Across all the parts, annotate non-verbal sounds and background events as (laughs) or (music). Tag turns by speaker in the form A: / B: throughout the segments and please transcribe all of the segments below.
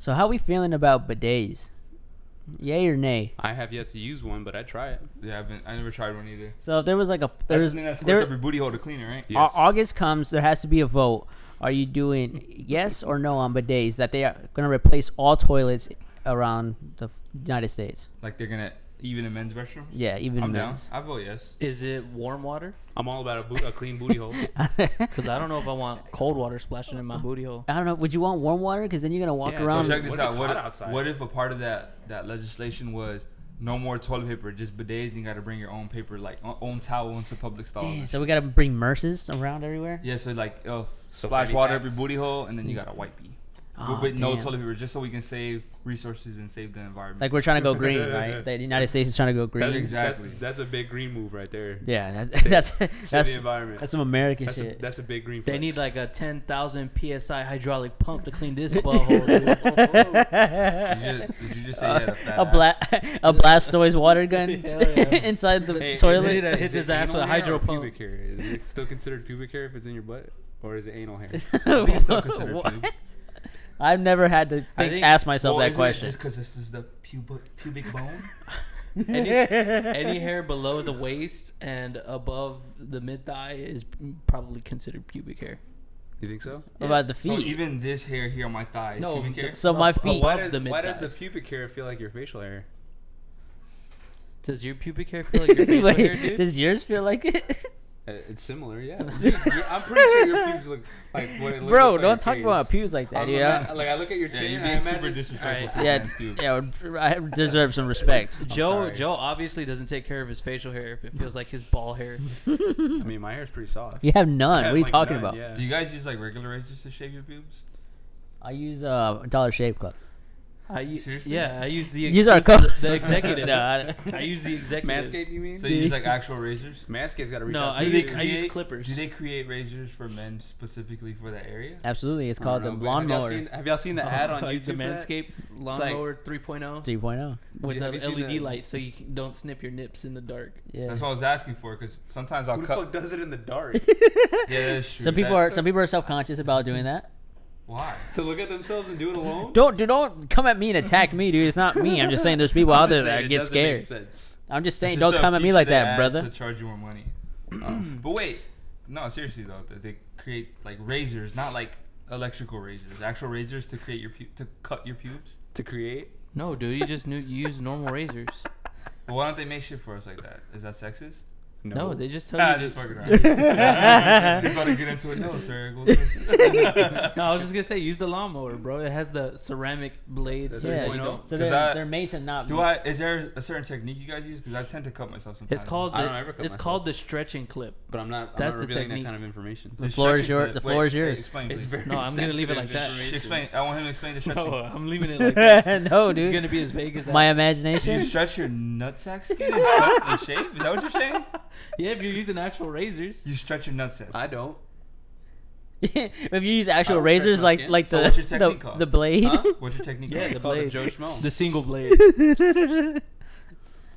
A: So how we feeling about bidets? Yay or nay?
B: I have yet to use one, but I try it.
C: Yeah, I've been, I never tried one either.
A: So if there was like a there
C: That's the
A: was,
C: thing that squirts
A: there,
C: up your booty hole to clean it, right?
A: Au- August comes, there has to be a vote. Are you doing yes or no on bidets that they are going to replace all toilets around the f- United States?
C: Like they're gonna even in men's restroom.
A: Yeah, even
C: I'm down.
A: men's.
C: I vote yes.
D: Is it warm water?
B: I'm all about a, boot, a clean booty hole.
D: Because I don't know if I want cold water splashing in my booty hole.
A: I don't know. Would you want warm water? Because then you're going to walk
B: Yeah, so
A: around.
C: So check this
B: what if
C: out.
B: it's
C: What,
B: hot
C: if-
B: outside?
C: what if a part of that that legislation was no more toilet paper, just bidets, and you got to bring your own paper, like o- own towel, into public stalls.
A: Damn, so we got to bring merces around everywhere.
C: Yeah, so like uh,
B: So
C: splash
B: fanny
C: water up your
B: packs.
C: booty hole, and then you got a wipey.
A: Aw,
C: but but no
A: damn.
C: toilet paper, just so we can save resources and save the environment.
A: Like we're trying to
C: (laughs)
A: go green, right? The United States is trying to go
B: That-
A: green.
C: Exactly.
B: That's, that's a big green move right there.
A: Yeah, that's that's
B: Save
A: that's,
B: the environment.
A: that's some American
B: That's a,
A: shit.
B: that's a big green.
D: They
B: flex.
D: need like a 10,000 psi hydraulic pump to clean this
C: (laughs)
D: butthole. dude.
C: did, you just, did you just say
A: (laughs)
C: you had a fat
A: a bla- (laughs) a Blastoise water gun (laughs)
D: Hell (laughs) yeah.
A: inside the
B: Hey, is
A: toilet. (laughs)
D: it a- hit
B: is
D: his
B: it
D: ass with
B: anal hair
D: hydro
B: or
D: pump.
B: pubic hair? Is it still considered pubic hair if it's in your butt, or is it anal hair?
C: I think it's still considered
A: What?
C: pubic.
A: I've never had to
D: I
A: think,
D: think-
A: ask myself
C: Well,
A: that
C: isn't it
A: question.
C: Just because this is the pubic
A: (laughs)
C: pubic bone.
D: any, any hair below the waist and above the mid thigh is probably considered pubic hair.
B: You think so?
A: What (laughs) about the feet?
C: so even this hair here on my thigh.
D: No,
C: No, pubic hair?
D: that's-
A: So my
D: Above
A: feet.
B: Why does
D: the
B: why does the
D: mid-thigh.
B: pubic hair feel like your facial hair?
D: Does your pubic hair feel like your
A: (laughs)
D: facial
A: Wait,
D: hair, dude?
A: does yours feel like (laughs) it?
B: Uh, It's similar, yeah. Dude, you're- I'm pretty sure your pubes look like what it looks
A: Bro,
B: like
A: don't talk about
B: pubes.
A: pews like that,
B: I'm
A: dude.
B: ima-
A: I
B: like I look at your
C: Yeah,
B: chin.
C: you're
B: and I
C: being super
B: imagine-
C: disrespectful
B: Alright.
A: (laughs)
C: to
A: Yeah,
C: the man's pubes.
A: don't- yeah, I deserve some respect.
D: Joe
B: sorry.
D: Joe obviously doesn't take care of his facial hair if it feels like his ball hair.
B: I mean, my hair's pretty soft.
A: You have none.
B: I
A: what
B: have,
A: are you
B: like,
A: talking
B: none,
A: about?
B: yeah.
C: Do you guys use like regular razors to shave your pubes?
A: I use uh, Dollar Shave Club.
D: I u-
C: Seriously?
D: Yeah, I use the
A: Use our
D: exclusive-
A: code.
D: the executive.
A: (laughs) No, I don't-
D: I use the executive.
B: Manscaped, you mean?
C: So you use like actual razors?
B: Manscaped's got to reach
D: No,
B: out to
D: I
C: Do
B: you.
C: they
B: (laughs)
D: use- I use
C: create-
D: clippers.
C: Do they create razors for men specifically for that area?
A: Absolutely, it's
B: I
A: called the
B: don't know, but have y'all
A: Lawnmower
B: seen- Have y'all seen Uh-huh. the ad on
D: Like
B: YouTube?
D: the
B: for that?
D: Oh, Manscaped
B: It's like-
D: lawnmower
A: oh?
D: 3.0
A: 3.0.
D: with the
B: Have you seen
D: LED
B: the-
D: light, so you can, don't snip your nips in the dark.
A: Yeah.
C: That's what I was asking for because sometimes I'll
B: Who the
C: cut.
B: fuck does it in
A: (laughs)
B: the dark?
C: Yeah, that's true.
A: Some people
C: That-
A: are some people are self conscious about doing that.
C: Why?
B: to look at themselves and do it alone?
A: Don't do don't come at me and attack me, dude. It's not me. I'm just saying there's people
B: I'm
A: out there
B: just saying
A: that
B: it
A: get
B: doesn't make
A: scared.
B: sense.
A: I'm just saying
C: It's
A: don't
C: just a
A: come at me
C: feature
A: like
C: they
A: that,
C: add
A: brother.
C: To charge you
A: (clears throat)
C: more money. Um, but wait, no, seriously though, that they create like razors, not like electrical razors, actual razors to create your pu- to cut your pubes.
B: To create?
D: No, dude, you just knew, you use normal razors.
C: But why don't they make shit for us like that? Is that sexist?
D: No, they
C: (laughs)
D: just tell
C: Nah,
D: you.
C: just fucking around. Just
D: (laughs)
C: about to get into it. No, sir. Go first.
D: No, I was just gonna say use the lawnmower, bro. It has the ceramic blades.
B: That's
D: Yeah,
A: Yeah,
D: you
B: 3.0.
D: don't.
A: so
C: 'Cause
A: they're,
C: I-
A: they're made to not.
C: Do I? Is there a certain technique you guys use? Because I tend to cut myself sometimes.
D: It's called
B: I don't
D: the,
B: ever cut
D: it's
B: myself.
D: called the stretching clip.
B: But I'm not.
D: That's
B: I'm
D: the
B: not revealing
D: technique.
B: that kind of information.
A: The floor is your- the floor is yours.
C: Explain,
B: It's
C: please.
B: very
D: No, I'm gonna leave it like
B: sensitive
D: that.
B: information.
C: explain. I want him to explain the stretching.
D: (laughs) No, uh, I'm leaving
A: (laughs)
D: it like that.
A: no,
D: It's
A: dude.
D: gonna be as vague as that.
A: My
C: Do you
A: imagination.
C: stretch your nutsack skin and cut and shave? Is that what you're saying?
D: yeah, if you're using actual razors.
C: You stretch your nutsack.
A: (laughs)
B: I don't.
A: if you use actual
B: I would stretch
A: razors,
B: my
A: like
B: skin.
A: like
C: So
A: the
C: what's your technique
A: the,
C: called?
A: the blade,
B: Huh?
C: What's your technique?
D: Yeah,
B: It's
D: the
B: called a
D: blade.
B: Joe Schmo.
D: The single blade.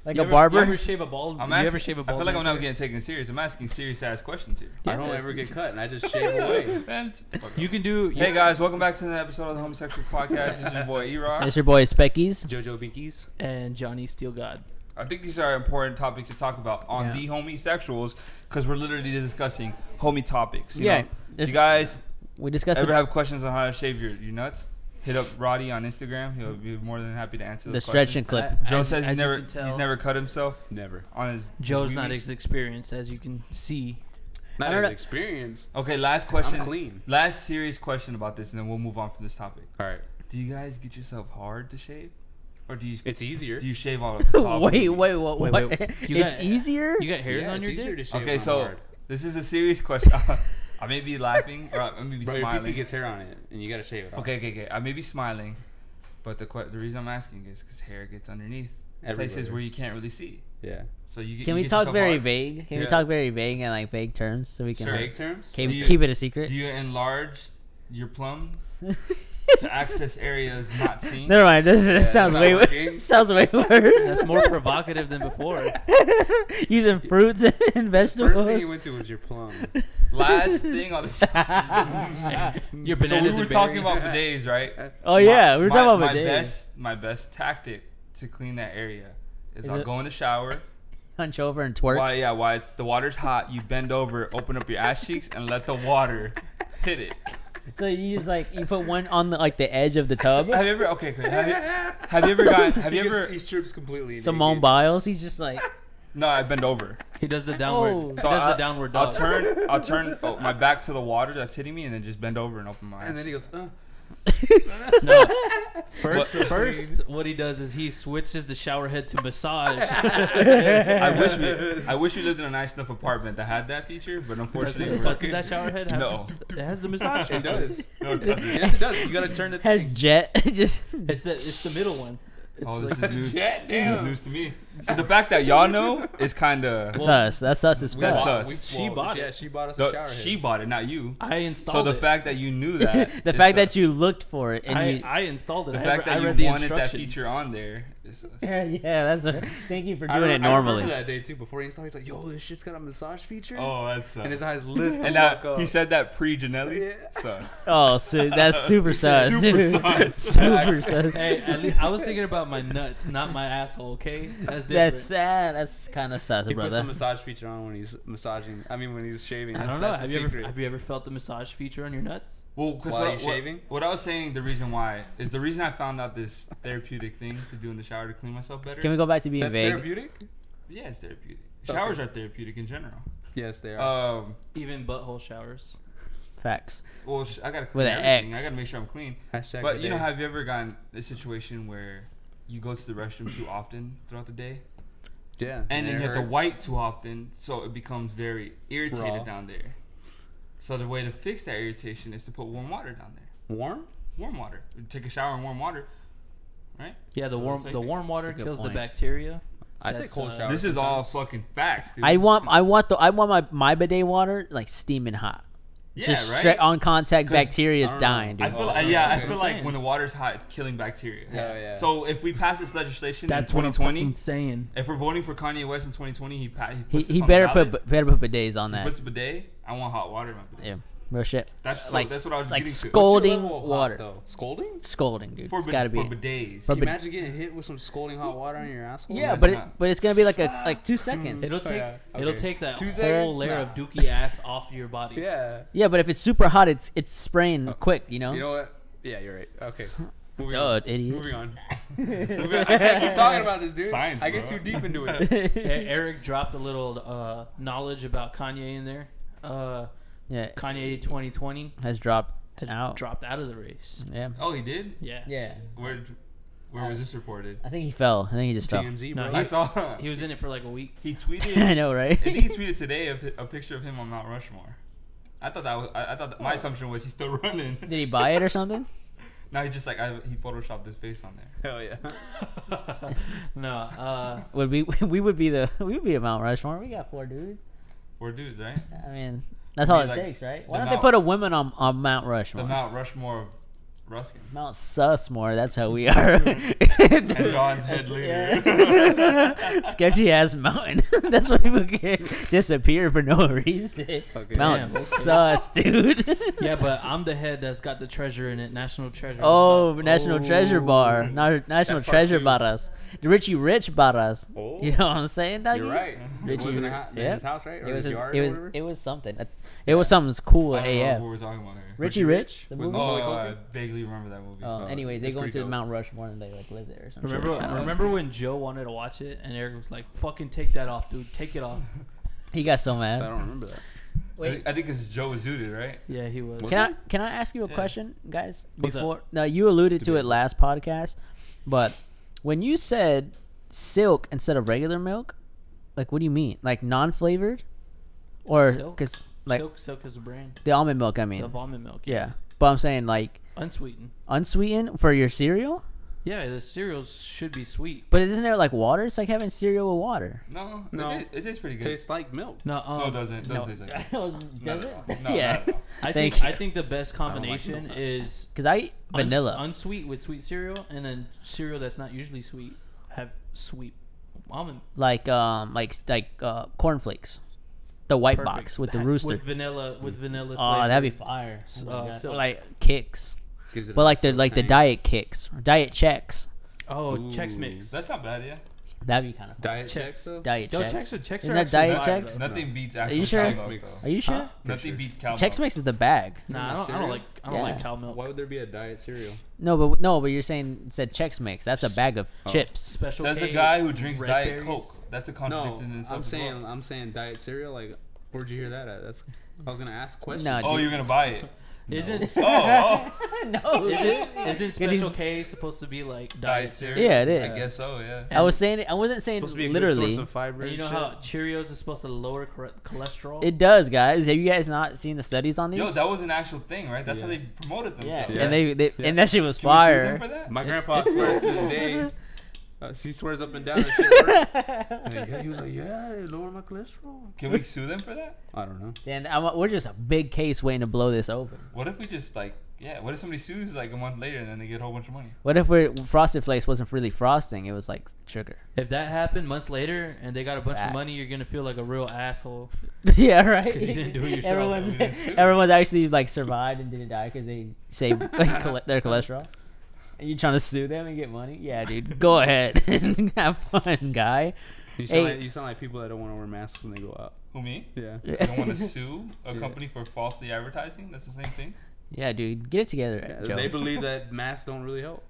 A: like
D: You
A: a
D: ever-
A: barber.
D: You ever shave a bald?
C: I'm
D: you
C: asking,
D: ever shave a
C: I
D: bald?
C: feel like I'm
D: man's
C: not getting taken serious. I'm asking serious ass questions here.
B: I don't ever get cut, and I just shave away.
C: Man, shut the fuck up.
D: hair? You can do.
C: hey guys, welcome back to another episode of the Homosexual Podcast. This is your boy E-Rock.
A: It's your boy Speckies.
B: (laughs) JoJo Binkies.
D: And Johnny Steel God.
C: I think these are important topics to talk about on
A: Yeah.
C: the homosexuals because we're literally discussing homie topics. You
A: Yeah,
C: know?
A: it's-
C: you guys
A: We discussed
C: ever
A: the,
C: have questions on how to shave your, your nuts? Hit up Roddy on Instagram. He'll be more than happy to answer
A: the
C: those
A: stretching
C: questions.
A: clip.
C: Joe
D: As-
C: says
D: as
C: he's
D: you
C: never
D: can tell,
C: he's never cut himself
B: Never.
C: on his.
D: Joe's
C: his
D: not
C: wee-wee.
D: as experienced as you can see.
A: I
B: Not
A: don't
B: as
A: know-
B: experienced.
C: okay, last question.
B: I'm clean.
C: Last serious question about this, and then we'll move on from this topic.
B: All right.
C: Do you guys get yourself hard to shave, or do you
B: It's easier.
C: do you shave all of the
A: (laughs)
C: soft
A: wait,
C: booty?
A: wait, what?
D: Wait,
A: what?
D: wait. You
A: it's
D: got-
A: easier.
D: You got hairs
B: Yeah,
D: on
B: it's
D: your
B: easier
D: dick.
B: to shave
C: Okay,
B: on
C: so
B: hard.
C: this is a serious question. (laughs) I may be laughing or I may be
B: Bro, your pee
C: smiling.
B: gets hair on it, and you gotta shave it off.
C: Okay, okay, okay. I may be smiling, but the que- the reason I'm asking is because hair gets underneath places
B: Everywhere.
C: where you can't really see.
B: Yeah.
C: So you get,
A: Can
C: you
A: we
C: get
A: talk
C: yourself
A: very
C: hard.
A: vague? Can we
B: Yeah.
A: talk very vague and like vague terms so we can
C: Sure.
A: like,
B: Vague terms.
A: keep,
C: Do you-
A: keep it a secret? (laughs)
C: Do you enlarge your plum? to access areas not seen.
A: Never mind. This, this sounds
B: not
A: way
B: working.
A: worse. (laughs) sounds way worse.
C: (laughs)
D: That's more provocative than before.
A: (laughs) Using fruits and (laughs) vegetables.
B: First thing you went to was your plum.
C: Last
A: (laughs)
C: thing on the
D: Your
C: so we
D: bananas
C: were
D: and
C: talking
D: berries.
C: about bidets, right?
A: oh yeah, we were
C: my,
A: talking about
C: my
A: bidets.
C: best. My best tactic to clean that area is,
A: Is
C: I'll
A: it-
C: go in the shower.
A: Hunch over and twerk.
C: Why? Yeah. Why? It's the water's hot. You bend over, open up your ass cheeks, and let the water hit it.
A: So you just like you put one on the like the edge of the
C: (laughs)
A: tub.
C: Have you ever? Okay. okay, Have you, have you ever gotten?
D: (laughs)
C: Have
B: He
C: you
B: gets-
C: ever?
B: He strips completely.
A: Simone
B: naked.
A: Biles. He's just like
C: No, I bend over.
D: He does the downward.
A: Oh.
D: he
C: So
D: does
C: I,
D: the downward
C: I'll
D: dog.
C: turn. I'll turn oh, my back to the water that's hitting me, and then just bend over and open my eyes.
B: And then he goes, uh,
D: No. First,
B: What-
D: first, what he does is he switches the shower head
C: (laughs)
D: to massage.
C: I wish we. I wish we lived in a nice enough apartment that had that feature, but
D: Does
C: unfortunately,
D: it-
C: we're-
D: does that shower head have
C: No.
D: It has the massage.
B: it
D: feature.
B: does.
C: no, it doesn't.
B: yes, it does. You gotta turn it.
A: has jet. (laughs) just
D: It's the it's the middle one. It's
C: oh,
D: like-
C: this is news.
B: Jet,
C: This is
B: damn.
C: news to me. So the fact that y'all know is kind of.
A: that's
D: Well,
A: us. That's us as
B: We
C: That's
A: fuck.
B: bought-
C: us.
B: we-
D: She
B: well,
D: bought
B: Yeah,
D: it.
B: she bought us a
C: The,
B: shower
C: she
B: head.
C: bought it, not you.
D: I installed
C: So the
D: it.
C: fact that you
D: (laughs)
C: knew
A: (laughs)
C: that.
A: the
C: is
A: fact that
C: us.
A: you looked for it and
D: I, (laughs)
A: you. (laughs)
D: I installed it.
C: The
D: I
C: fact
D: re- I
C: that
D: read
C: you
D: the
C: wanted that
D: instructions.
C: feature on there is us.
A: yeah, yeah, that's what, thank you for
B: I
A: doing
B: re-
A: it
B: I
A: normally.
B: remember that day too. Before he installed, he's like, "Yo, this shit's got a massage feature."
C: Oh, that's sus.
B: and his eyes lit.
C: And
B: the fuck
C: that
B: up.
C: he said that pre Janelli.
B: Yeah.
C: Sus.
A: (laughs) Oh, so that's super sus,
C: super
A: dude. (laughs)
C: sus.
A: super sus.
D: Hey, at least I was thinking about my nuts, not my asshole. Okay, that's different.
A: That's sad. that's kind of sus,
B: He puts the
A: brother.
B: massage feature on when he's massaging. I mean, when he's shaving.
D: I
B: That's,
D: don't know.
B: That's
D: Have
B: the
D: you
B: secret.
D: ever have you ever felt the massage feature on your nuts?
C: Well, because
B: While
C: what,
B: you're
C: what-
B: shaving?
C: what I was saying, the reason why is the reason I found out this therapeutic thing to do in the shower to clean myself better.
A: Can we go back to being
B: That's
A: vague?
B: therapeutic?
C: yeah, it's therapeutic.
B: Okay.
C: Showers are therapeutic in general.
B: Yes, they are.
C: Um,
D: Even butthole showers.
A: Facts.
C: well, sh- I gotta clean
A: With an
C: everything.
A: X.
C: I gotta make sure I'm clean.
B: Hashtag
C: But you know,
B: bidet.
C: have you ever gotten a situation where you go to the restroom too often throughout the day,
B: yeah,
C: and then
B: it
C: you have to
B: hurts.
C: wipe too often, so it becomes very irritated
B: Raw.
C: down there. So the way to fix that irritation is to put warm water down there.
B: warm.
C: Warm water. Take a shower in warm water, right?
D: Yeah, the
C: So
D: warm
C: it's like-
D: the warm water
A: That's a good
D: kills
A: point.
D: the bacteria.
B: I'd say
D: That's,
B: cold
D: uh,
B: shower.
C: This is all fucking facts, dude.
A: I want, I want the, I want my my bidet water like steaming hot.
C: yeah,
A: Just
C: right?
A: straight on contact
C: 'Cause
A: bacteria
B: I
A: is
B: don't
A: dying,
B: know.
A: dude.
C: I feel,
B: Oh,
C: like,
B: okay.
C: yeah, I
B: Okay.
C: feel
D: I'm
C: like
D: saying.
C: when the water's hot, it's killing bacteria.
B: Oh, Yeah, yeah.
C: So if we pass this legislation
D: That's
C: in
D: what I'm
C: 2020,
D: fucking saying.
C: if we're voting for Kanye West in 2020, he pa- he,
A: He,
C: puts this
A: he
C: on
A: better
C: the
A: put
C: ballot.
A: better put bidets on
C: He
A: that.
C: puts a bidet. I want hot water in my bidet.
A: Yeah, real shit.
C: That's
A: like
C: that's what I was
A: like
C: getting to.
A: scolding
B: What's your level of hot,
A: water,
B: though? Scolding?
A: scolding, dude.
C: for,
A: it's
C: bid-
A: gotta be.
C: for bidets.
A: For
B: Can you
A: bid-
B: imagine getting hit with some scalding hot water on your asshole?
A: yeah,
C: Imagine
A: but it,
C: that.
A: but it's gonna be like a like two seconds.
D: It'll
B: Oh,
D: take
B: yeah.
D: it'll
B: Okay.
D: take that
B: Two
D: whole
B: seconds?
D: layer of
B: Nah.
D: dookie ass off your body.
B: yeah.
A: Yeah, but if it's super hot, it's it's
C: Oh.
A: spraying quick, you know. (laughs)
B: You know what? Yeah, you're right. Okay. Moving
A: Duh,
B: on.
A: idiot.
B: Moving
A: (laughs)
B: on.
C: Moving on.
B: I can't keep talking about this, dude.
C: Science,
B: I get
C: bro.
B: too deep into
A: (laughs)
B: it.
D: E- Eric dropped a little uh, knowledge about Kanye in there. Uh,
A: yeah,
D: Kanye 2020
A: has dropped
D: has
A: out.
D: dropped out of the race.
A: Yeah,
C: Oh, he did.
D: Yeah.
A: yeah.
C: Where where was this reported?
A: I think he fell. I think he just fell.
B: TMZ,
D: No,
B: bro.
C: I saw
D: He was in it for like a week.
C: (laughs) he tweeted.
A: (laughs) I know, right?
C: I think he tweeted today a, pi- a picture of him on Mount Rushmore. I thought that was. I, I thought
A: Oh.
C: that my assumption was he's still (laughs) running.
A: Did he buy it or something?
C: now he's just like I, he photoshopped his face on
B: (laughs)
C: there.
B: Hell yeah.
D: no, uh,
A: Would we we would be (laughs) the we would be at Mount Rushmore. We got four dudes.
C: Four dudes, right?
A: I mean, that's
C: Be
A: all it
C: like
A: takes, right? Why
C: the
A: don't they
C: Mount-
A: put a woman on on Mount
C: The
A: Rushmore? Mount,
C: Mount Rushmore of
A: (laughs)
C: Ruskin.
A: Susmore. That's how we are. and
C: And John's head leader.
A: (laughs)
C: (laughs)
A: Sketchy ass mountain. (laughs) that's why people get disappear for no reason.
B: Okay.
A: Mount
D: Damn, okay.
A: Sus, dude.
D: yeah, but I'm the head that's got the treasure in it, national treasure.
A: Oh,
D: what's up?
A: National Treasure Bar.
B: Oh.
A: Na- National
B: part
A: Treasure
B: two.
A: Barras. The Richie Rich Barras.
B: Oh.
A: You know what I'm saying, doggy?
B: You're right. It
A: Did
B: wasn't
A: you-
B: a hot,
A: yeah.
B: his house, right? Or
A: It was,
B: his
A: just-
B: yard
A: it
B: or
A: was,
B: whatever?
A: it was something. It was something's cool
C: I don't know
A: AF.
C: what we're talking about here.
A: Richie Rich, the
B: With
A: movie.
C: Oh,
B: Macaulay
C: I
B: Culkin?
C: vaguely remember that movie.
A: Um,
B: Oh,
A: anyways, they
B: that's
A: go
B: pretty
A: into
B: dope.
A: Mount Rushmore and they like live there. Or some
D: Remember,
A: shit. I don't know.
D: remember when Joe wanted to watch it and Eric was like, "Fucking take that off, dude. Take
C: (laughs)
D: it off."
A: He got so
B: I
A: mad.
B: don't remember that.
C: I,
A: Wait,
C: think, I think it's Joe Azudu, right?
D: Yeah, he was.
A: can I can I ask you a
C: Yeah.
A: question, guys?
D: What's that?
A: Before now, you alluded to
B: be-
A: it last podcast, but when you said silk instead of regular milk, like what do you mean? Like non-flavored, or
D: Silk?
A: because like
D: Silk, Silk is a brand.
A: The almond milk, I mean.
D: The almond milk.
A: yeah. But I'm saying like
D: Unsweetened.
A: unsweetened for your cereal?
D: Yeah, the cereals should be sweet.
A: But isn't there like water? It's like having cereal with
D: (laughs)
A: water.
C: No,
B: No.
C: It, ta- it tastes pretty good.
B: Tastes like milk.
D: No, um,
C: no, it doesn't. It
D: no.
C: doesn't taste like milk.
A: Does
C: No, no,
A: (laughs)
C: no,
A: yeah.
C: no, no.
D: I
A: Thank
D: think
A: you.
D: I think the best combination
B: milk.
D: is
A: Because I eat
D: uns-
A: vanilla.
D: unsweet with sweet cereal, and then cereal that's not usually sweet have sweet almond
A: like um like like uh cornflakes the white
D: Perfect.
A: box with the
D: Ha-
A: rooster
D: with vanilla with vanilla.
A: oh
D: flavored
A: that'd be fire
D: s-
A: Oh my
D: uh,
A: God.
D: silk.
A: like kicks
B: Gives it
A: but
B: a
A: like the
B: nice
A: like the
B: tang.
A: diet kicks or diet checks
D: oh
B: Ooh.
D: checks mix.
C: That's not bad, yeah.
A: that'd be kind of
B: diet
D: Chex.
B: checks. though?
A: diet
D: Yo,
A: checks.
D: checks are checks
A: Isn't
D: are
A: that
D: actually
A: Diet
D: fire,
A: Checks?
D: though.
C: Nothing beats actual
A: you sure?
C: cow
B: Chex
C: milk, though.
A: are you sure
D: Huh?
C: Nothing
B: Sure.
C: beats cow milk.
A: Chex Mix is the bag.
D: Nah, I
B: Not
D: don't, I don't
B: cereal?
D: like I don't like
A: Yeah.
D: cow milk.
B: Why would there be a diet cereal?
A: No, but no, but you're saying it said Chex Mix. That's a bag of chips.
D: Special
C: Says the
D: K,
C: guy who drinks
D: Red
C: Diet
D: Berries.
C: Coke. That's a
B: No,
C: contradiction in itself.
B: I'm
C: as
B: saying
C: well.
B: I'm saying diet cereal. Like, where'd you hear that at? That's I was gonna ask questions.
A: No,
C: Oh, you're gonna
B: (laughs)
C: buy it.
D: (laughs) Isn't
C: Oh,
A: (laughs)
C: oh.
A: no,
D: isn't isn't
A: Yeah, these-
D: Special K supposed to be like
C: diet
D: diet?
C: cereal.
A: Yeah, it
C: I
A: is.
C: guess so. Yeah.
A: I was saying it, I wasn't saying
B: supposed to be a good
A: literally.
B: source of fiber.
D: And you
B: and
D: know
B: shit.
D: how Cheerios is supposed to lower chore- cholesterol?
A: It does, guys. Have you guys not seen the studies on these?
C: Yo, that was an actual thing, right? That's how
B: Yeah.
C: they promoted
A: yeah.
C: themselves.
B: Yeah.
A: and they, they
B: Yeah.
A: and that shit was
C: Can we sue
A: fire.
C: them for that?
B: My
A: It's- (laughs)
B: grandpa
A: it's-
B: swears to (laughs) this day. Uh, he swears up and down. And shit (laughs) worked.
A: (laughs)
B: And he- he was like, "Yeah, it lowered my cholesterol."
C: Can we sue them for that?
B: I don't know.
A: And I'm, we're just a big case waiting to blow this open.
C: What if we just like, yeah? What if somebody sues like a month later and then they get a whole bunch of money?
A: What if we're, Frosted Flakes wasn't really frosting? It was like sugar. (laughs)
D: If that happened months later and they got a bunch of money,
A: Facts.
D: you're gonna feel like a real asshole.
A: yeah, right.
D: 'Cause you didn't do it yourself.
A: Everyone's,
D: (laughs)
C: You didn't sue.
A: everyone's actually like survived and didn't die because they
D: (laughs)
A: saved like, chole- their cholesterol. And you trying to sue them and get money? Yeah, dude.
D: (laughs)
A: Go ahead (laughs) and have fun, guy. (laughs)
B: You sound,
A: Hey.
B: like, you sound like people that don't want to wear masks when they go out.
C: Who me?
B: Yeah.
C: I don't want to sue a
B: Yeah.
C: company for falsely advertising. That's the same thing.
A: Yeah, dude. Get it together,
B: Yeah,
A: Joe.
B: They believe that masks don't really help.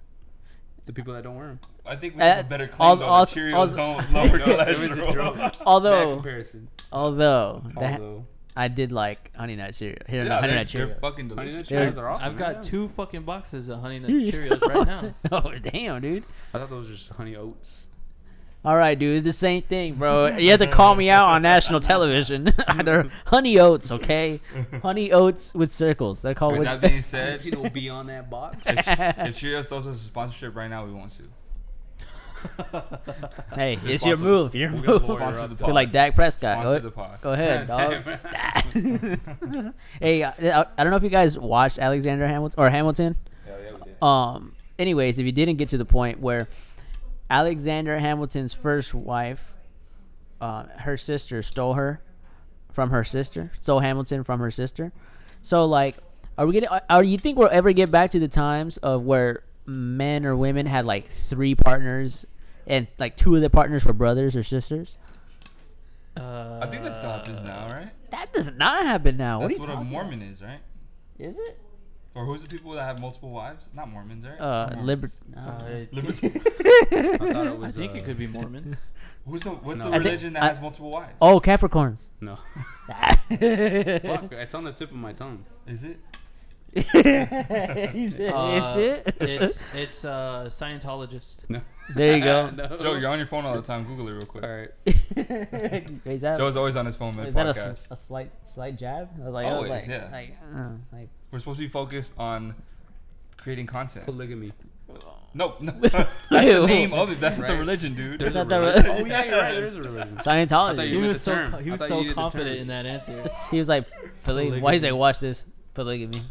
B: The people that don't wear them.
C: I think we have
A: Uh,
C: a better
A: all-
C: claim though.
A: all-
C: that Cheerios
A: all-
C: don't lower
B: It was a
C: (laughs) cholesterol.
B: joke. Bad
A: although,
B: comparison.
A: although, that,
B: Although,
A: I did like Honey Nut Cereal. Here, no,
C: yeah,
A: Honey
C: they're,
A: Nut
C: they're
A: Cheerio.
C: fucking
B: Honey Nut
C: delicious.
A: They're-
B: Cheerios are awesome.
D: I've got
B: yeah.
D: two fucking boxes
A: (laughs)
D: of Honey Nut Cheerios right now.
A: oh damn, dude.
B: I thought those were just honey oats.
A: All right, dude. It's the same thing, bro. You have to call me out on national television. (laughs) They're honey oats, okay? Honey oats with circles. They're called.
C: With
A: With (laughs)
C: that being said,
B: Says (laughs) you will be on that (laughs) box.
C: if Cheerios throws us a sponsorship right now, we won't sue.
A: hey,
C: Just
A: it's your
C: sponsor-
A: move. Your (laughs)
C: We're gonna
A: move.
C: sponsor the
A: Feel
C: pod.
A: like Dak Prescott.
C: Sponsor
A: Go,
C: the pod.
A: go ahead, dog.
B: Damn it.
A: (laughs) hey, I, I I don't know if you guys watched Alexander Hamilton or Hamilton.
C: Yeah, yeah, we did.
A: Um. Anyways, if you didn't get to the point where Alexander Hamilton's first wife, uh, her sister stole her from her sister, stole Hamilton from her sister. So like, are we gonna? Are, are you think we'll ever get back to the times of where men or women had like three partners, and like two of the partners were brothers or sisters?
D: Uh,
A: (laughs)
C: I think that still happens now, right?
A: That does not happen now.
C: That's
A: what
C: what
A: are you
C: a
A: talking-
C: Mormon is, right?
A: Is it?
C: Or who's the people that have multiple wives? Not Mormons, right?
A: Uh,
C: Mormons.
A: liber-
D: uh,
A: uh, (laughs)
C: Liberty.
B: I thought it
D: I
B: was.
D: think
B: uh,
D: it
B: (laughs)
D: could be Mormons.
C: Who's the what's
B: No.
C: the
B: I
A: think-
C: religion that
A: I-
C: has multiple wives?
A: Oh,
C: (laughs)
A: Capricorns.
B: No. (laughs) Fuck, it's on the tip of my tongue.
C: Is it?
A: (laughs) He said,
D: Uh,
A: it's it.
D: it's it's uh, Scientologist.
B: No.
A: (laughs) There you go.
B: (laughs) no.
C: Joe, you're on your phone all the time. Google it real quick.
B: All right.
A: is that,
C: Joe's always on his phone mid
A: is that a,
C: podcast.
A: s- a slight slight jab? I was like,
C: Always,
A: I was like,
C: yeah.
A: like, uh, like
C: We're supposed to be focused on creating content.
B: Polygamy.
C: No, no. (laughs) That's the
A: (laughs) Ew.
C: name of it. That's not the
B: Right.
C: religion, dude.
A: There's
B: a
A: not that
B: religion.
A: right?
B: (laughs) Oh yeah, you're right. There is
A: (laughs)
B: a religion. I thought
A: Scientology.
B: you
A: He
B: meant
A: was,
B: the
D: so
B: term.
D: co- he
B: I
D: was
B: thought
D: so
B: you needed the term.
D: confident in
B: (laughs)
D: that answer.
A: he was like, polygamy. Why he's like,
D: Polygamy.
A: watch this, polygamy.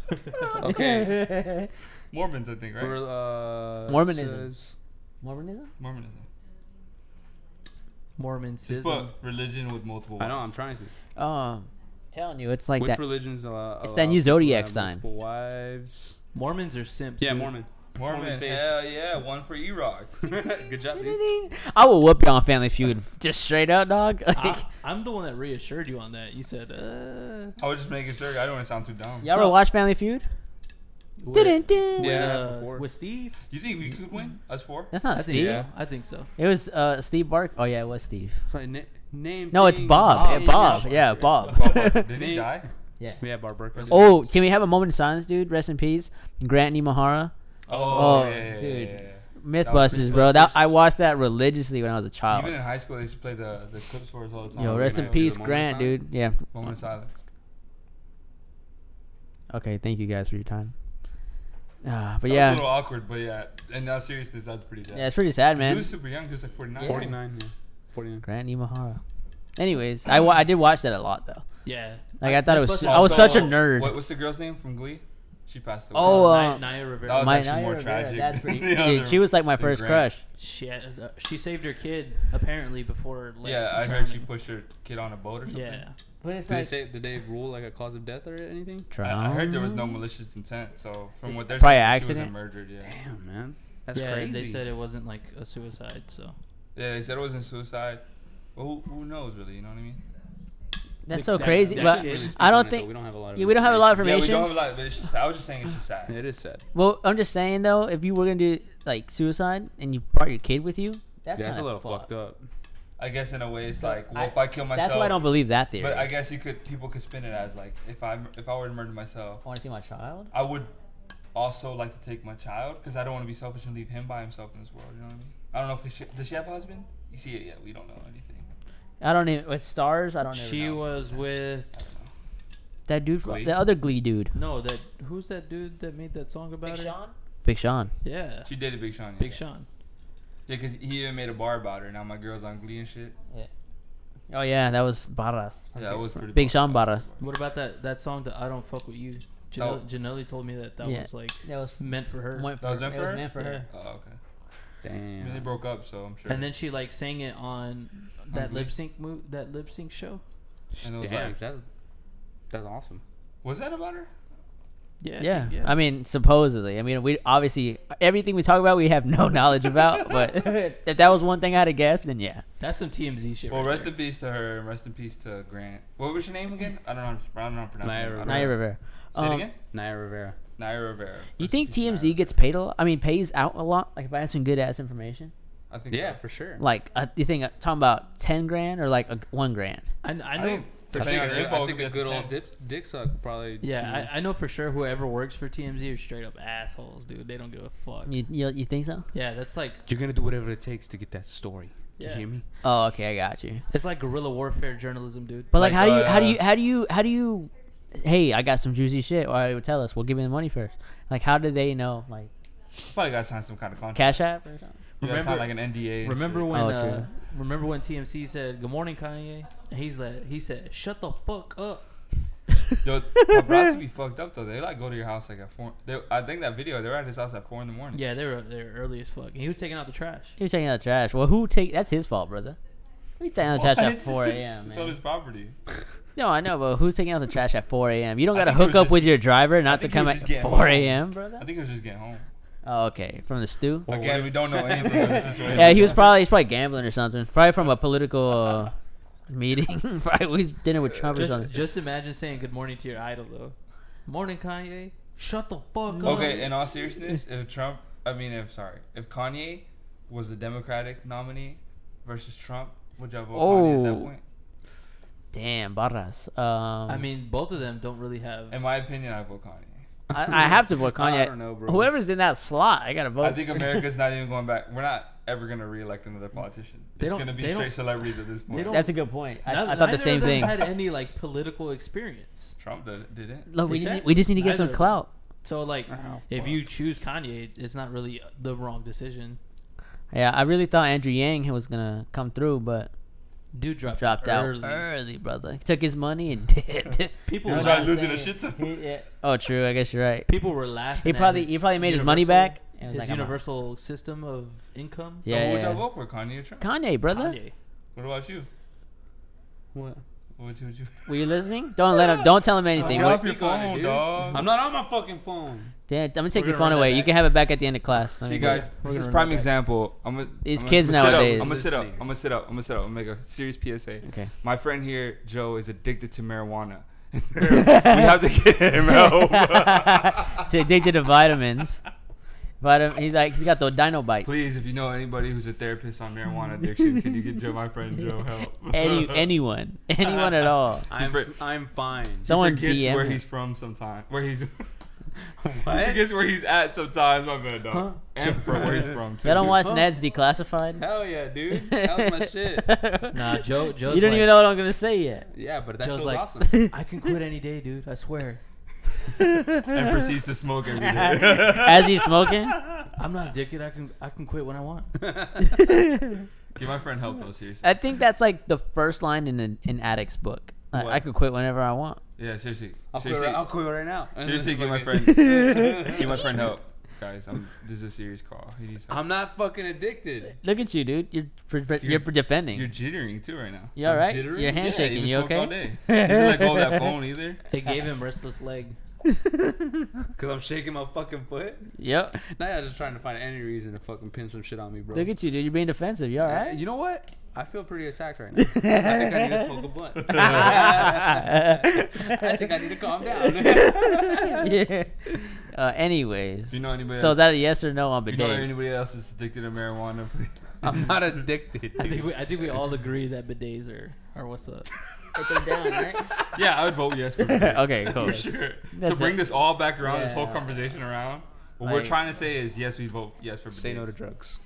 B: Okay.
C: Mormons, I think, right?
B: We're, uh, it
A: Mormonism.
B: says-
A: (laughs) Mormonism.
C: Mormonism. Just
D: Mormonism.
C: put religion with multiple wives.
B: I know. I'm trying to.
A: Um, telling you, it's like
B: Which
A: that.
B: religions? Uh,
A: It's
B: allow
A: that new
B: people to
A: zodiac
B: have
A: sign.
B: Multiple wives.
D: Mormons are simps.
B: Yeah, (laughs)
D: dude.
B: Mormon.
C: Mormon.
B: Mormon faith.
C: Hell yeah, one for E (laughs) Rock.
B: Good job,
A: (laughs)
B: dude.
A: I will whoop y'all on Family Feud just straight up, dog. Like,
D: I, I'm the one that reassured you on that. You said, uh,
C: I was just making sure. I don't want to sound too dumb.
A: y'all ever watch Family Feud?
D: with,
A: Dun-dun-dun.
B: Yeah,
D: uh,
B: before.
D: with Steve.
C: You think we could win? Us four?
A: (laughs) That's not
D: I
A: Uh,
D: think
A: Steve.
D: so.
B: Yeah.
D: I think so.
A: It was uh, Steve Bark. Oh yeah, it was Steve.
B: So, na- name.
A: No, it's
B: things.
A: Bob.
D: Oh,
A: Yeah, Bob. Yeah,
C: Bob
A: Bob.
C: Barker. Did he die?
A: yeah.
B: Yeah, Bob Barker.
A: Oh, can we have a moment of silence, dude? Rest in peace, Grant Nimahara.
C: Oh,
A: Oh,
C: yeah, yeah, yeah,
A: dude.
C: yeah,
A: MythBusters, bro. That I
B: Mythbusters.
A: watched that religiously when I was a
C: yeah. Even
A: child.
C: in high school, they used to play the, the clips for us all the time.
A: Uh, Yo,
C: We're
A: rest
C: gonna
A: in
C: do the
A: peace,
C: moment of
A: Grant,
C: silence.
A: dude. Yeah.
C: Moment of silence.
A: Okay, thank you guys for your time. Uh, but
C: That was a
A: yeah,
C: little awkward, but yeah. And now seriousness, that's pretty sad.
A: yeah, it's pretty sad,
C: 'Cause He
A: man.
C: was super young. He was like 49.
A: Yeah.
B: 49, yeah. 49.
A: Grant Imahara. Anyways, I, wa- I did watch that a lot though.
D: Yeah.
A: Like I thought it
D: that
A: was
D: bus-
A: su- I was such a nerd.
C: What, what's the girl's name from Glee? She passed away.
A: Oh,
D: Naya,
A: uh,
D: Naya Rivera.
C: that was
A: my-
C: actually
A: Naya
C: more
A: Rivera,
C: tragic.
A: that's pretty-
C: than the
A: Dude,
C: other
A: she was like my
C: than
A: first
C: Grant.
A: crush.
D: she, had, uh, she saved her kid apparently before. Like,
C: Yeah, I heard she pushed her kid on a boat or something.
D: Yeah.
A: But it's
B: Did they say did they rule like a cause of death or anything?
C: I, I heard there was
A: Mm-hmm.
C: no malicious intent, so from what they're
A: Probably
C: saying,
A: an
C: she
A: accident.
C: wasn't murdered. Yeah,
B: Damn, man, that's
D: yeah,
B: crazy.
D: They said it wasn't like a suicide, so
C: yeah, they said it wasn't suicide. Well, who, who knows, really? You know what I mean?
A: That's
D: Like,
A: so
D: that-
A: crazy.
D: that
A: But
D: shit-
B: Really
A: I don't
B: speaking on it, though,
A: think-
B: we don't have a lot of
A: yeah, we don't have a lot of
C: Yeah, we
A: information.
C: don't have a lot, but it's just, I was just saying it's just
B: (laughs)
C: sad.
B: It is sad.
A: well, I'm just saying though, if you were gonna do like suicide and you brought your kid with you, that's,
B: Yeah, that's a
A: kinda
B: little fucked up.
C: I guess in a way, it's
A: So,
C: like, well,
A: I-
C: if I kill myself,
A: That's why I don't believe that theory.
C: but I
A: I,
C: guess you could people could spin it as like, if I if I were to murder myself,
A: want to see my child.
C: I would also like to take my child because I don't want to be selfish and leave him by himself in this world. You know what I mean? I don't know if he should, does she have a husband? You see it? Yeah, we don't know anything.
A: I don't even with stars. I don't. ever
D: she
A: know.
D: was with
A: that dude,
C: Glee?
A: the other Glee dude,
D: no that who's that dude that made that song about her?
A: Big Sean.
D: Yeah,
C: She dated Big Sean. Yeah.
D: Big Sean.
C: Yeah, because he even made a bar about her. Now my girl's on Glee and shit.
A: Oh yeah, that was Barras.
C: Yeah, it was pretty.
A: Big
C: bad.
A: Sean
C: That
A: Barras.
C: was pretty
D: What about that that song that I don't fuck with you? Oh.
C: No.
D: Janelle, Janelle told me that that
A: Yeah.
D: was like
A: That was
D: meant for her.
A: went
C: That was meant
A: it
C: for
A: was
C: her?
A: meant for her.
C: bad. Oh, okay. I mean, they
B: Damn.
C: broke up, so I'm sure.
D: And then she like sang it on that
C: Glee?
D: lip sync move that lip sync show.
C: and it was
B: Damn,
C: like-
B: that's that's awesome.
C: was that about her?
D: Yeah,
A: Yeah.
D: yeah.
A: I mean, supposedly. I mean, we obviously everything we talk about, we have no (laughs) knowledge about. But (laughs) if that was one thing I had to guess, then yeah.
D: (laughs) that's some TMZ shit.
C: Well,
D: right
C: rest
D: there.
C: in peace to her. and Rest in peace to Grant. What was your name again? I don't know. how to- I don't know. How to pronounce
B: Naya
C: it. I don't
B: Rivera.
A: Naya
C: know.
A: Rivera.
C: Say it
A: Um,
C: again.
B: Naya Rivera.
C: Naya Rivera.
A: You
C: Rest in
A: think
C: peace, Naya
A: TMZ
C: Rivera.
A: gets paid a lot? I mean, pays out a lot. Like if I have some good ass information,
C: I think.
B: Yeah,
C: so.
B: for sure.
A: like uh, you think uh, talking about ten grand or like a, one grand?
D: I, I
C: I
D: know.
C: think
B: I
C: for sure.
B: think, a-
C: info
B: I think
C: could
B: a
C: get
B: good
C: to
B: old
C: 10.
B: dips, dick suck probably.
D: yeah,
C: Mm.
B: you know,
D: I, I know for sure whoever works for TMZ are straight up assholes, dude. They don't give a fuck.
A: You you, you think so?
D: Yeah, that's like
B: You're gonna do whatever it takes to get that story.
D: Yeah.
B: me?
A: Oh, okay, I got you.
D: it's like guerrilla warfare journalism, dude.
A: But like,
C: Like,
A: how do you how do
C: uh,
A: you how do you how do you? Hey, I got some juicy shit. Or I would tell us. We'll give me the money first. Like, how do they know? Like
C: Probably got to sign some kind of contract.
A: Cash App or something?
C: You gotta sign
D: Remember-
C: like an NDA. and
D: Remember
C: shit.
D: when?
A: Oh,
D: uh,
A: true.
D: remember when TMC said "Good morning, Kanye"? And he's like, he said, "Shut the fuck up."
C: Yo, paparazzi be fucked up though. They like go to your house like at four. They, I think that video. They were at his house at four in the morning.
D: Yeah, they were they were early as fuck, and he was taking out the trash.
A: He was taking out the trash. Well, who take? That's his fault, brother. We taking out the trash at
C: What?
A: 4 a.m.
C: (laughs) It's on
A: man.
C: his property.
A: No, I know, but who's taking out the trash at 4 a.m.? You don't got
C: I
A: to
C: think he
A: hook
C: was
A: up with
C: just-
A: your driver not to
C: think he
A: come
C: was
A: at
C: just getting
A: 4
C: home.
A: a.m.,
C: I
A: brother.
C: think he was just getting home.
A: Oh, okay, from the stew.
C: Again, we don't know anything about the situation.
A: Yeah, he (laughs) was probably he's probably gambling or something. Probably from a political
D: (laughs)
A: uh, meeting. (laughs) probably he's dinner with Trump or
D: Just
A: something.
D: just imagine saying good morning to your idol though. Morning, Kanye. Shut the fuck up.
C: Mm. Okay, in all seriousness, if Trump, I mean, if sorry, if Kanye was the Democratic nominee versus Trump, would y'all vote Kanye at
A: Oh.
C: that point?
A: Damn, Barras. Um,
D: I mean, both of them don't really have.
C: In my opinion, I vote Kanye.
A: I, I have
D: (laughs)
A: to vote Kanye.
B: I don't know, bro.
A: Whoever's in that slot, I gotta vote.
C: I think America's not even going back. We're not ever gonna reelect another politician.
D: They
C: it's
D: don't-
C: gonna be
D: they
C: straight
D: don't-
C: celebrities at this point.
A: (laughs)
D: don't-
A: That's a good point. I,
D: Neither-
A: I thought
D: neither
A: the
D: of
A: same
D: them
A: thing.
D: Had any like political experience?
C: Trump did, did it.
A: Look, we, just need,
D: Exactly.
A: we just need to get
D: Neither
A: some
D: of them.
A: clout.
D: So like,
A: Uh-huh.
B: Oh,
D: if
B: fuck.
D: you choose Kanye, it's not really the wrong decision.
A: Yeah, I really thought Andrew Yang was gonna come through, but
D: Dude dropped,
A: dropped
D: early.
A: out early, brother. He took his money and (laughs) did.
D: People
C: He
D: were
C: was
A: That's what
C: already
D: laughing.
C: losing
A: I'm
C: a
A: saying.
C: shit ton.
A: He- yeah. Oh, true. I guess you're right.
D: People were laughing.
A: He
D: at
A: probably
D: his
A: he probably made his money
D: universal-
A: back. And was
D: His
A: like, I'm out.
D: universal system of income.
C: So who
A: Yeah,
C: would
A: yeah.
C: y'all vote for, Kanye or Trump?
A: Kanye, brother.
D: "Oh, Kanye.
C: What about you?
B: What?
C: What would you? What would you
A: Were you listening? Don't let him. Don't tell him anything.
C: Get
A: Wait,
C: off your
B: Speak on it,
C: phone,
B: dude.
C: dog.
B: I'm not on my fucking (laughs) phone.
A: Dan, I'm gonna take
D: We're
A: your
D: gonna
A: phone
D: run that
A: away. You
D: back.
A: can have it back at the end of class. Let
C: See
A: me-
C: guys,
D: We're
C: this is
D: gonna
C: prime
D: run that back.
C: example. I'm a,
A: These
C: I'm a-
A: kids
C: I'm gonna sit up.
A: nowadays.
C: I'm gonna sit up.
B: Listening.
C: I'm gonna sit up. I'm gonna sit up. I'm gonna make a serious PSA.
A: Okay.
C: My friend here, Joe, is addicted to marijuana. (laughs) we have to get
A: (laughs)
C: him out.
A: to addicted to vitamins. Vitamin. He's like he's got the dino bites.
C: Please, if you know anybody who's a therapist on marijuana addiction, can you get Joe, my friend Joe, help? (laughs)
A: Any anyone anyone at all.
B: I'm
C: fr-
B: I'm fine.
A: So- someone
C: he forgets
A: DM
C: where
A: him.
C: he's from sometimes. Where he's. (laughs) He forgets where he's at sometimes. My bad, dog. And from where he's from. Too.
A: They don't watch
B: Huh?
A: Ned's Declassified.
B: Hell yeah,
A: (laughs)
B: dude. That was my shit.
D: Nah, Joe. Joe's
A: you don't
D: like,
A: even know what I'm gonna say yet.
B: Yeah, but that
D: Joe's
B: show's
D: like-
B: awesome.
D: I can quit any day, dude. I swear.
C: (laughs)
A: (laughs)
C: and proceeds to smoke every day. (laughs)
A: As he's smoking,
D: I'm not addicted. I can I can quit when I want.
B: (laughs)
C: Give my friend help though, seriously.
A: I think that's like the first line in an in addict's book. Like, I
B: What?
A: could quit whenever I want.
C: Yeah, seriously.
B: I'll quit,
C: Seriously,
B: right, I'll quit right now.
C: seriously,
B: (laughs)
C: give my friend, give my friend help, guys. I'm, this is a serious call. He needs help.
B: I'm not fucking addicted.
A: Look at you, dude. You're pre- pre- you're,
C: You're-
A: pre- defending.
C: You're jittering too right now.
A: you all right?
B: jittering?
A: You're
B: Yeah,
A: handshaking.
C: he
A: you
C: smoked
A: okay?
C: All day. He doesn't let go of that phone either.
D: They gave him restless leg.
B: Cause I'm shaking my fucking foot.
A: Yep.
B: Now you're just trying to find any reason to fucking pin some shit on me, bro.
A: Look at you, dude. You're being defensive. You all
B: Yeah,
A: right?
B: You know what? I feel pretty attacked right now. I think I need to smoke a blunt. I think I need to
A: (laughs)
B: calm down.
C: (laughs)
A: yeah. Uh, anyways.
C: Do you know anybody?
A: so
C: else?
A: is that a yes or no on
C: Do you know
A: bidets?
C: anybody else that's addicted to (laughs) marijuana? Please.
B: I'm not addicted.
D: I think we, I think we all agree that bidets are are what's up.
C: yeah, I would
A: (laughs)
C: vote yes for bidets.
A: okay, cool.
C: For sure.
A: That's
C: to bring
A: it.
C: this all back around, this whole
B: Yeah.
C: conversation around, what we're
A: Like-
C: trying to say is yes, we vote yes for bidets.
B: Say no to drugs.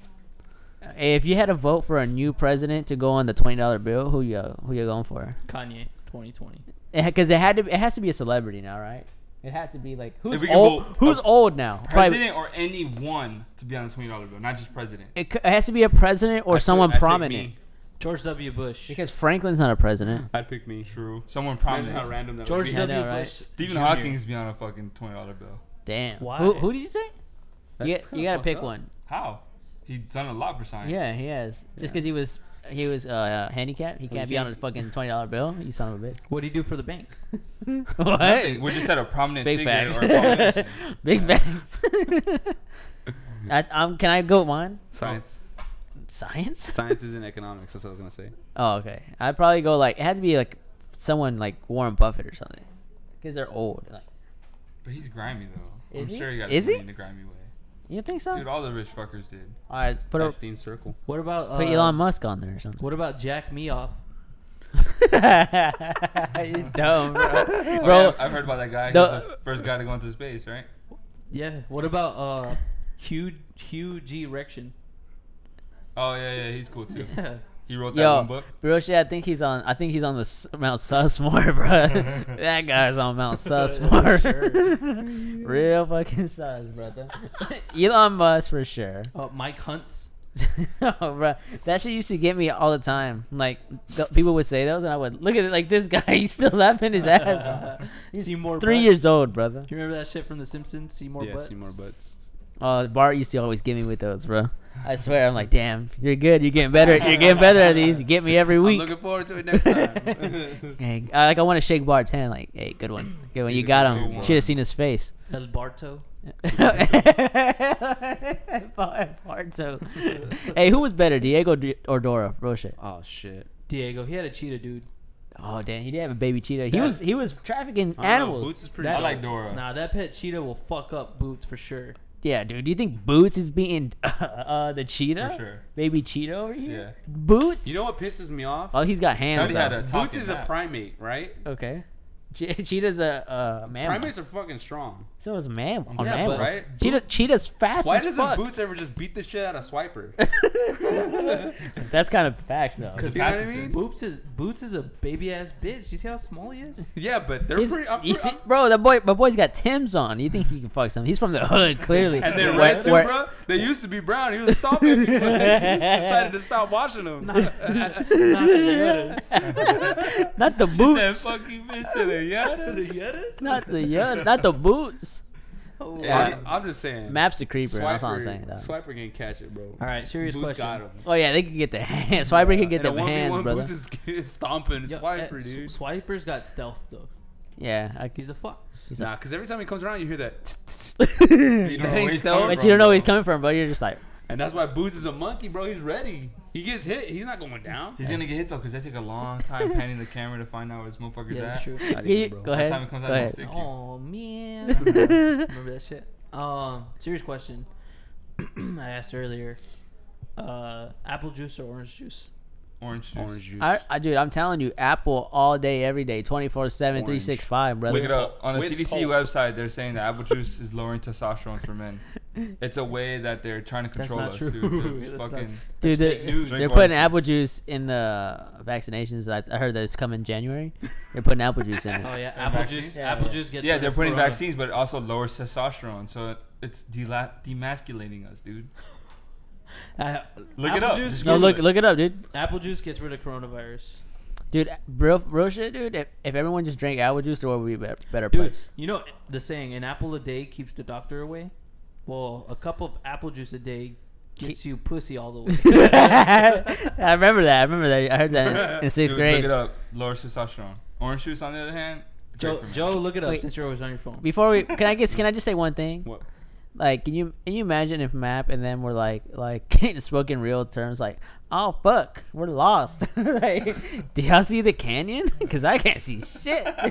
A: If you had to vote for a new president to go on the twenty dollar bill, who you who you going for?
D: Kanye 2020.
A: Because it, had to it has to be a celebrity now, right? It had to be like who's
C: we can
A: old
C: vote
A: who's
C: a
A: old now? Probably,
C: President or anyone to be on the twenty dollar bill, not just president.
A: it, c- it has to be a president or
B: I'd pick-
A: someone
B: I'd pick
A: prominent.
B: me.
D: George W. Bush.
A: Because Franklin's not a president.
B: I'd pick me.
C: True. Someone
B: Imagine how
C: prominent.
B: random that
D: George
B: would be.
A: I
D: W.
A: know, right?
D: Bush.
C: Stephen
D: Jr..
C: Hawking's be on a fucking twenty dollar bill.
A: Damn.
D: Why?
A: Who who did you say?
B: That's
A: You,
B: kinda
A: you gotta
B: fucked
A: pick
B: up.
A: one.
C: How? He's done a lot for science.
A: Yeah, he has. Just because he was he was uh, handicapped, he can't be on a fucking twenty dollar bill. You son of a bitch.
D: What do you do for the bank?
A: (laughs)
B: (laughs)
A: what?
C: Nothing. We just said a prominent
A: Big
C: figure
A: facts.
C: or a politician.
A: (laughs) Big facts.
C: (laughs)
A: I, um, can I go mine?
B: Science.
A: Science?
B: Science is in economics. That's what I was gonna say.
A: Oh, okay. I'd probably go like it had to be like someone like Warren Buffett or something, because they're old. Like
C: But he's grimy though.
A: Is
C: I'm
A: he?
C: sure he got
A: Is
C: money
A: he?
C: in a grimy way.
A: you think so?
C: Dude, all the rich fuckers did.
A: All right, put a,
B: Epstein's circle.
D: What about uh,
A: put Elon Musk on there or something.
D: What about Jack Meoff?
A: (laughs) you dumb, bro.
C: Oh,
A: bro
C: yeah, I've heard about that guy.
A: the-
C: He's the first guy to go into space, right?
D: Yeah. What about uh, Hugh Hugh G. Rection?
C: Oh yeah, yeah, he's cool too.
D: Yeah.
C: He wrote that one
A: Yo,
C: book.
A: real shit. I think he's on. I think he's on the S- Mount Susmore, bro. that guy's on Mount Susmore. (laughs) real fucking sus, brother. (laughs) Elon Musk for sure. (laughs)
D: Uh, Mike Hunt's.
A: oh, bro, that shit used to get me all the time. Like th- people would say those, and I would look at it like this guy. (laughs) He's still laughing his
D: (laughs)
A: ass. off. He's
D: Seymour.
A: Three
D: Butts.
A: years old, brother.
D: Do you remember that shit from The Simpsons? Seymour
B: yeah,
D: Butts.
B: Seymour Butts.
A: Oh, Bart used to always get me with those, bro. I swear, I'm like, damn, you're good. You're getting better. You're getting better at these. You get me every
B: I'm
A: week.
B: looking forward to it
A: (laughs)
B: next time. (laughs)
A: Hey, I, like I want to shake Bart's hand. Like, hey, good one, good one.
B: He's
A: You
B: a
A: got
B: good
A: him.
C: dude.
A: Should have seen his face.
B: (laughs)
D: El Barto.
A: Barto. hey, who was better, Diego D- or Dora? Real shit.
B: oh shit.
D: Diego. He had a cheetah, dude.
A: Oh damn, he did have a baby cheetah. He was he was trafficking
B: I don't know,
A: animals.
B: Boots is pretty.
C: I
B: dope.
C: like Dora.
D: Nah, that pet cheetah will fuck up boots for sure.
A: Yeah, dude. Do you think Boots is beating (laughs) uh, the cheetah?
C: For sure.
A: Baby cheetah over here.
C: Yeah.
A: Boots.
B: You know what pisses me off?
A: Oh, he's got hands.
C: Shawty had
A: though.
C: a
B: Boots
C: talking
B: is a
C: back.
B: primate, right?
A: okay. Che- cheetah's a uh, mammal.
B: Primates are fucking strong.
A: So is mam- on
D: Yeah, but-
A: mammals.
B: right?
A: Cheetah, cheetah's fast
B: Why
A: as
B: doesn't
A: fuck.
B: Boots ever just beat the shit out of
A: (laughs)
B: Swiper?
A: That's kind of facts though.
C: He's a
B: You know what I
C: pacifist.
D: Boots is Boots is a baby ass bitch. You see how small he is?
B: yeah, but they're
A: He's-
B: pretty. I'm,
A: you
B: pretty-
A: see, bro, that boy, my boy's got Tim's on. You think he can fuck something? He's from the hood, clearly.
B: And they're
A: Where-
B: red too,
A: where-
B: bro. They used to be brown. He was stomping people. (laughs) He decided to stop watching them. (laughs)
D: Not the
A: (laughs)
D: Yetas.
A: Not the boots.
C: That fucking bitch to the
D: The
C: Yetis.
D: Yetas?
A: Not the yeah, not the boots.
D: Oh,
B: Yeah,
D: wow.
B: I'm, I'm just saying.
A: Maps a creeper.
B: Swiper,
A: that's all I'm saying. Though.
B: Swiper can catch it, bro.
D: All right, serious
B: Boots
D: question.
B: got him.
A: Oh yeah, they can get their (laughs) hands. Swiper can get
B: And a
A: their hands,
B: 1v1
A: brother.
B: Boots is (laughs) getting- stomping
D: Yo, eh,
B: Swiper,
D: S-
B: dude.
D: Swiper's got stealth though.
A: Yeah, I (laughs)
B: (laughs)
A: can.
D: He's a fox.
A: He's
B: Nah, because every time he comes around, you hear that. tsk, tsk, tsk.
C: You don't know where
B: Thanks,
C: he's
B: though.
C: coming
A: But
C: from,
A: you don't know where he's
C: though.
A: coming from, bro. You're just like,
B: And that's why Boots is a monkey, bro. He's ready. He gets hit. He's not going down.
C: He's gonna get hit though, cause that take a
A: (laughs)
C: long time panning the camera to find out where this motherfucker's
D: Yeah,
C: at.
D: that's true.
B: Not
A: yeah,
B: even, bro.
A: go
C: By the
A: ahead,
C: time
A: go
C: it comes out, he'll
A: ahead. (laughs)
C: stick you.
D: Oh man, remember that shit? Um, serious question. (clears throat) I asked earlier. Uh, apple juice or orange juice?
C: Orange juice.
B: Orange juice.
A: I, I uh, dude, I'm telling you, Apple all day, every day, 24 7,
B: Orange.
A: 365, brother.
C: Look it up. On the
D: With
C: CDC
D: pulp.
C: website, they're saying that apple juice is lowering testosterone
A: (laughs)
C: for men. It's a way that they're trying to
A: That's
C: control
A: not
C: us,
A: true. (laughs)
C: dude. It's
D: That's not-
C: fucking
A: Dude,
D: That's fake
A: they're,
C: news.
A: they're
C: Drink
A: putting
C: orange
A: apple
C: juice.
A: juice in the vaccinations. I, I heard that it's coming January. They're putting apple juice in
D: (laughs) Oh
A: it.
D: yeah,
C: And
D: apple
C: vaccines?
D: juice.
A: Yeah,
D: apple
A: yeah.
D: juice gets.
C: yeah,
D: rid
C: they're
D: of
C: putting
D: corona.
C: vaccines, but it also lowers testosterone, so it's dela- demasculating
A: (laughs)
C: us, dude.
D: Uh,
C: Look
D: apple
C: it up.
D: Juice,
C: Just
A: No,
C: Google
A: look,
C: it.
A: look it up, dude.
D: apple juice gets rid of coronavirus.
A: Dude, real, real shit, dude. If, if everyone just drank apple juice, the world would be a better, better
D: Dude,
A: place. (laughs)
D: you know the saying: an apple a day keeps the doctor away. Well, a cup of apple juice a day gets you pussy all the way.
A: (laughs) I remember that. I remember that. I heard that
C: (laughs)
A: in, in sixth
C: Dude,
A: grade.
C: Look it up. Lowers testosterone. Orange juice, on the other hand, great
D: (laughs) Joe,
C: for men.
D: Joe, look it up
A: Wait.
D: since you're always on your phone.
A: Before we, can I guess? Can I just say one thing?
C: What?
A: Like, can you can you imagine if Map and them were like like (laughs) spoken real terms, like, oh fuck, we're lost. (laughs) like, do y'all see the canyon? (laughs) Because I can't see shit. (laughs) I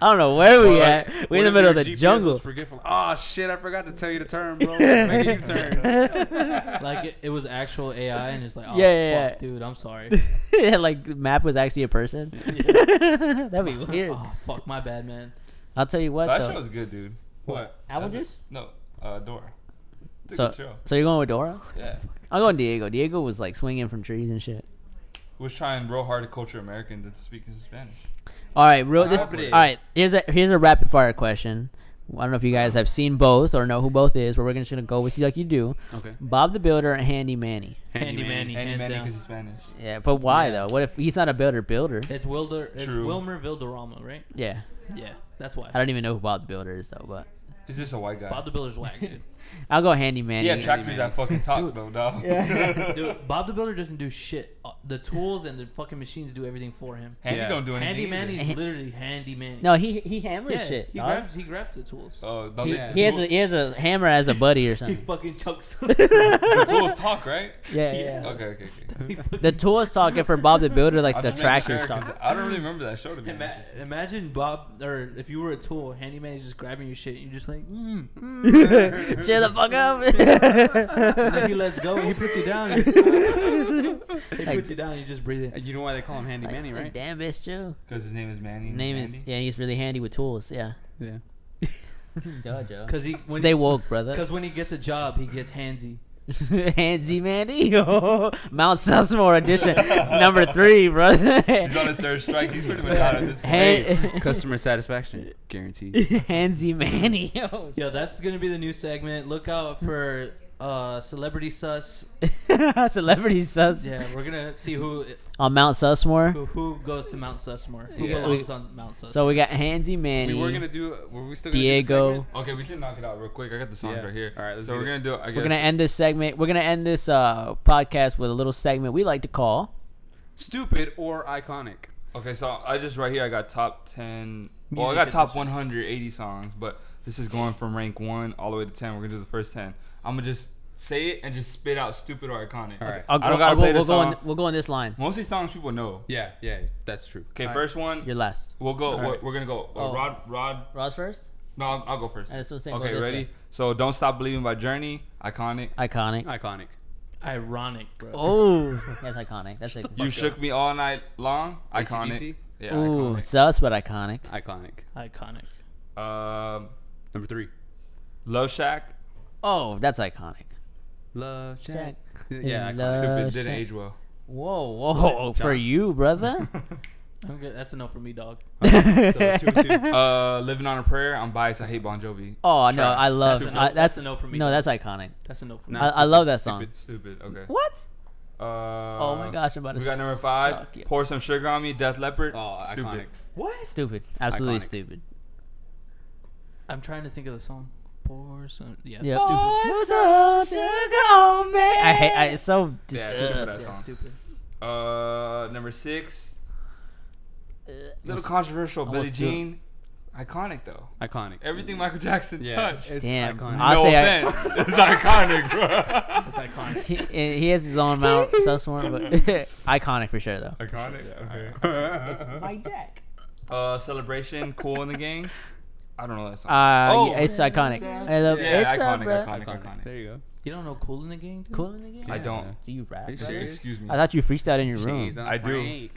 A: don't know where we
B: Or,
A: at.
B: like,
A: We're in the
B: what if
A: middle of
B: your
A: the
B: GPS
A: jungle.
B: was Forgetful. Oh shit! I forgot to tell you to turn, bro. Make a (laughs) U-turn.
D: like it, it was actual
A: (laughs)
D: AI, and it's like, oh
A: Yeah, yeah,
D: fuck,
A: yeah.
D: dude, I'm sorry.
A: (laughs) (laughs) Yeah, like Map was actually a
B: (laughs)
A: person. (laughs) That'd be weird.
D: oh fuck, my bad, man.
A: I'll tell you what
C: That
A: though.
C: show was good, dude.
B: What?
A: Apple
C: That's it.
A: juice?
C: No, uh, Dora. It's a
A: So-
C: good show.
A: So you're going with Dora?
C: Yeah.
A: I'm going Diego. Diego was like swinging from trees and shit.
C: Was trying real hard to culture Americans into speaking Spanish.
A: All right, real. This, all
C: Abre.
A: right, here's a here's a rapid fire question. I don't know if you guys have seen both or know who both is, but we're just gonna go with you like you do.
B: Okay.
A: Bob the Builder and Handy Manny.
D: Handy Manny,
C: Any
D: hands
C: man
D: down.
C: because he's Spanish.
A: Yeah, but why
D: Yeah.
A: though? What if he's not a builder? Builder.
D: It's Wilder. It's
C: True.
D: Wilmer Vilderama, right?
A: Yeah,
D: Yeah, that's why.
A: I don't even know who Bob the Builder is though. But
C: He's just a white guy.
D: Bob the Builder's
A: (laughs)
D: whack, dude.
A: I'll go Handy Manny.
C: yeah, tractors that fucking talk though, dog.
D: Dude, Bob the Builder doesn't do shit. Uh, The tools and the fucking machines do everything for him.
C: Handy
B: Yeah.
C: don't do anything.
D: Handy
C: either.
D: Manny's literally Handy Manny.
A: No, he he hammers
D: yeah,
A: shit.
D: He
A: dog.
D: grabs, he grabs the tools.
C: Oh, no,
A: He,
C: the,
A: he has a,
C: tool-
A: he has a hammer as a buddy or
D: He (laughs)
A: something.
D: fucking
A: (laughs)
D: chucks.
C: the tools talk, right?
A: Yeah, yeah.
C: Okay, okay, okay.
A: The tools talking for Bob the Builder, like
C: I'm
A: the
C: just making sure,
A: tractors
C: 'cause
A: talking.
C: I don't really remember that show to be
D: Ima-
C: honest.
D: imagine Bob, or if you were a tool, Handy Manny's just grabbing your shit. And you're just like, mm.
A: (laughs) Chill the fuck up.
D: and then he lets go and he puts
A: (laughs)
D: you down. he puts you down. And you just breathe
A: uh,
D: in.
B: You know why they call him Handy Manny,
A: Like, (laughs)
B: right?
A: Damn bitch, chill.
C: Because his name is Manny. and
A: Name
C: Handy.
A: is yeah. He's really handy with tools. Yeah. (laughs)
B: Yeah.
D: Cause he when
A: Stay woke, brother.
D: because when he gets a job, he gets handsy.
A: (laughs) Handsy Mandy, oh, (laughs) Mount Susmore edition number three, brother. (laughs)
C: He's on his third strike. He's pretty much out at this point.
B: (laughs)
A: Han-
B: Customer satisfaction
A: (laughs)
B: guaranteed.
A: Handsy Manny. Oh,
D: Yo, that's gonna be the new segment. Look out for uh, celebrity sus.
A: (laughs) Celebrity sus
D: Yeah, we're gonna see who
A: on Mount Susmore.
D: who, who goes to Mount Susmore. Who
A: Yeah.
D: belongs on Mount Susmore?
A: So we got Handsy
B: We
A: Manny.
B: were gonna do. Were we still gonna Do
A: Diego.
B: the segment?
C: Okay, we can knock it out real quick. I got the songs
B: Yeah.
C: right here.
B: All right, let's
C: so
B: do
C: we're
B: it.
C: gonna do. I guess
A: We're gonna end this segment. We're gonna end this uh, podcast with a little segment we like to call.
B: Stupid or iconic?
C: Okay, so I just right here I got top ten. Well, I
D: Music
C: got top
D: industry.
C: 180 songs, but this is going from rank one all the way to ten. We're gonna do the first ten. I'm gonna just say it and just spit out stupid or iconic.
B: All right.
A: I'll
C: I don't gotta
A: I'll
C: play
A: we'll,
C: the
A: go on,
C: song.
A: we'll go on this line.
C: Most of these songs people know.
B: Yeah, yeah, that's true.
C: Okay,
B: All right.
C: first one.
A: You're last.
C: We'll go.
B: All
C: We're,
B: right.
C: we're gonna go. Uh,
A: Oh.
C: Rod. Rod.
A: Ross first.
C: No, I'll, I'll go first.
A: That's what I'm saying, go
C: Okay,
A: this
C: ready?
A: way.
C: So, "Don't Stop Believing" by Journey, iconic.
A: Iconic.
B: Iconic.
D: ironic, bro.
A: Oh, that's iconic. That's like
C: you shook me all night long, iconic.
B: AC/DC?
C: Yeah,
A: Ooh,
C: iconic.
A: sus but iconic.
B: Iconic.
D: Iconic.
C: Um,
B: Number three.
C: Love Shack.
A: Oh, that's iconic.
B: Love Shack.
A: Shack.
B: Yeah,
A: In
B: iconic.
A: love.
C: Stupid
A: Love
C: didn't
A: Shack.
B: (laughs)
C: age well.
A: Whoa, whoa, for
B: John?
A: you, brother.
D: I'm good. That's enough for me, dog.
A: (laughs)
B: So two, and two.
C: uh, Living on a Prayer. I'm biased. I hate Bon Jovi.
A: Oh no,
C: Trash.
A: I love
D: That's a no-
A: I-
D: that's a no for me.
A: No, that's iconic.
D: That's enough for
B: Nah,
D: me.
A: I, I love that song.
C: Stupid. Stupid. Okay.
A: What?
C: Uh,
A: Oh my gosh, I'm about to.
C: We got number
A: s-
C: five.
A: suck, yeah.
C: Pour some sugar on me. Death Leopard.
B: Oh,
C: Stupid.
B: iconic.
D: What?
A: Stupid, absolutely
B: Iconic.
A: stupid.
D: I'm trying to think of the song. Pour some. Yeah.
A: Yeah.
D: Stupid.
A: I hate. I, it's so
C: Yeah,
A: dis-
C: stupid for
A: ugh.
C: that
D: Yeah,
C: song.
D: stupid.
C: Uh, number six. Little
A: Almost-
C: controversial. Billie
A: almost do it.
C: Jean. Iconic though.
B: Iconic.
C: Everything Michael Jackson
B: Yeah,
C: touched.
B: it's
A: Damn.
B: iconic.
A: I'll
C: no
A: say I-
C: offense. (laughs) it's iconic,
B: (laughs)
C: bro.
D: That's iconic.
A: He, he has his own amount of Susmore, but (laughs) iconic for sure though.
C: (laughs) Iconic.
A: My Jack.
C: Uh, celebration. Cool in the gang. I don't know that song.
A: Uh,
C: Oh.
A: yeah, it's iconic. I love
C: Yeah,
A: it's
C: iconic,
A: iconic,
C: iconic,
B: iconic.
C: iconic.
B: There you go.
D: You don't know Cool in the Gang? dude?
A: Cool in the game.
C: I don't.
A: Do you rap?
B: Are you
A: brother?
B: serious?
C: Excuse me.
A: I thought you freestyled in your room.
B: Jeez,
C: I do.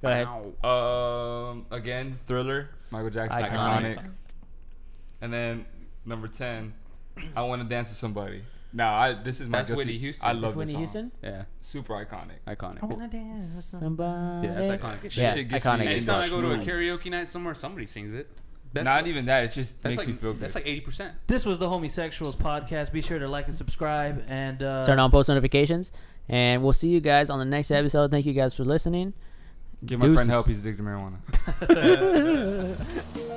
A: Go ahead.
C: Um, again, Thriller, Michael Jackson,
A: Iconic.
C: iconic. And then number ten, I want to dance with somebody. No, I this is my
B: That's
C: guilty.
B: Whitney Houston.
C: I love
A: Whitney
C: this
A: Houston.
C: song.
B: Yeah,
C: Super iconic.
B: iconic.
D: I wanna dance with some-
A: Somebody.
B: Yeah, that's iconic. as
A: Yeah,
B: shit.
C: Shit gets
A: iconic.
C: me
A: Hey,
B: Anytime
A: it's
B: I go to a
A: not-
B: karaoke night somewhere, somebody sings it. That's
C: Not
B: like,
C: even that. It just
B: that's
C: makes
B: like,
C: you feel good.
B: That's like eighty percent.
D: This was the Homosexuals podcast. Be sure to like and subscribe and uh,
A: Turn on post notifications, and we'll see you guys on the next episode. Thank you guys for listening.
C: Give my friend
A: Deuces.
C: help. He's addicted to marijuana.
D: on.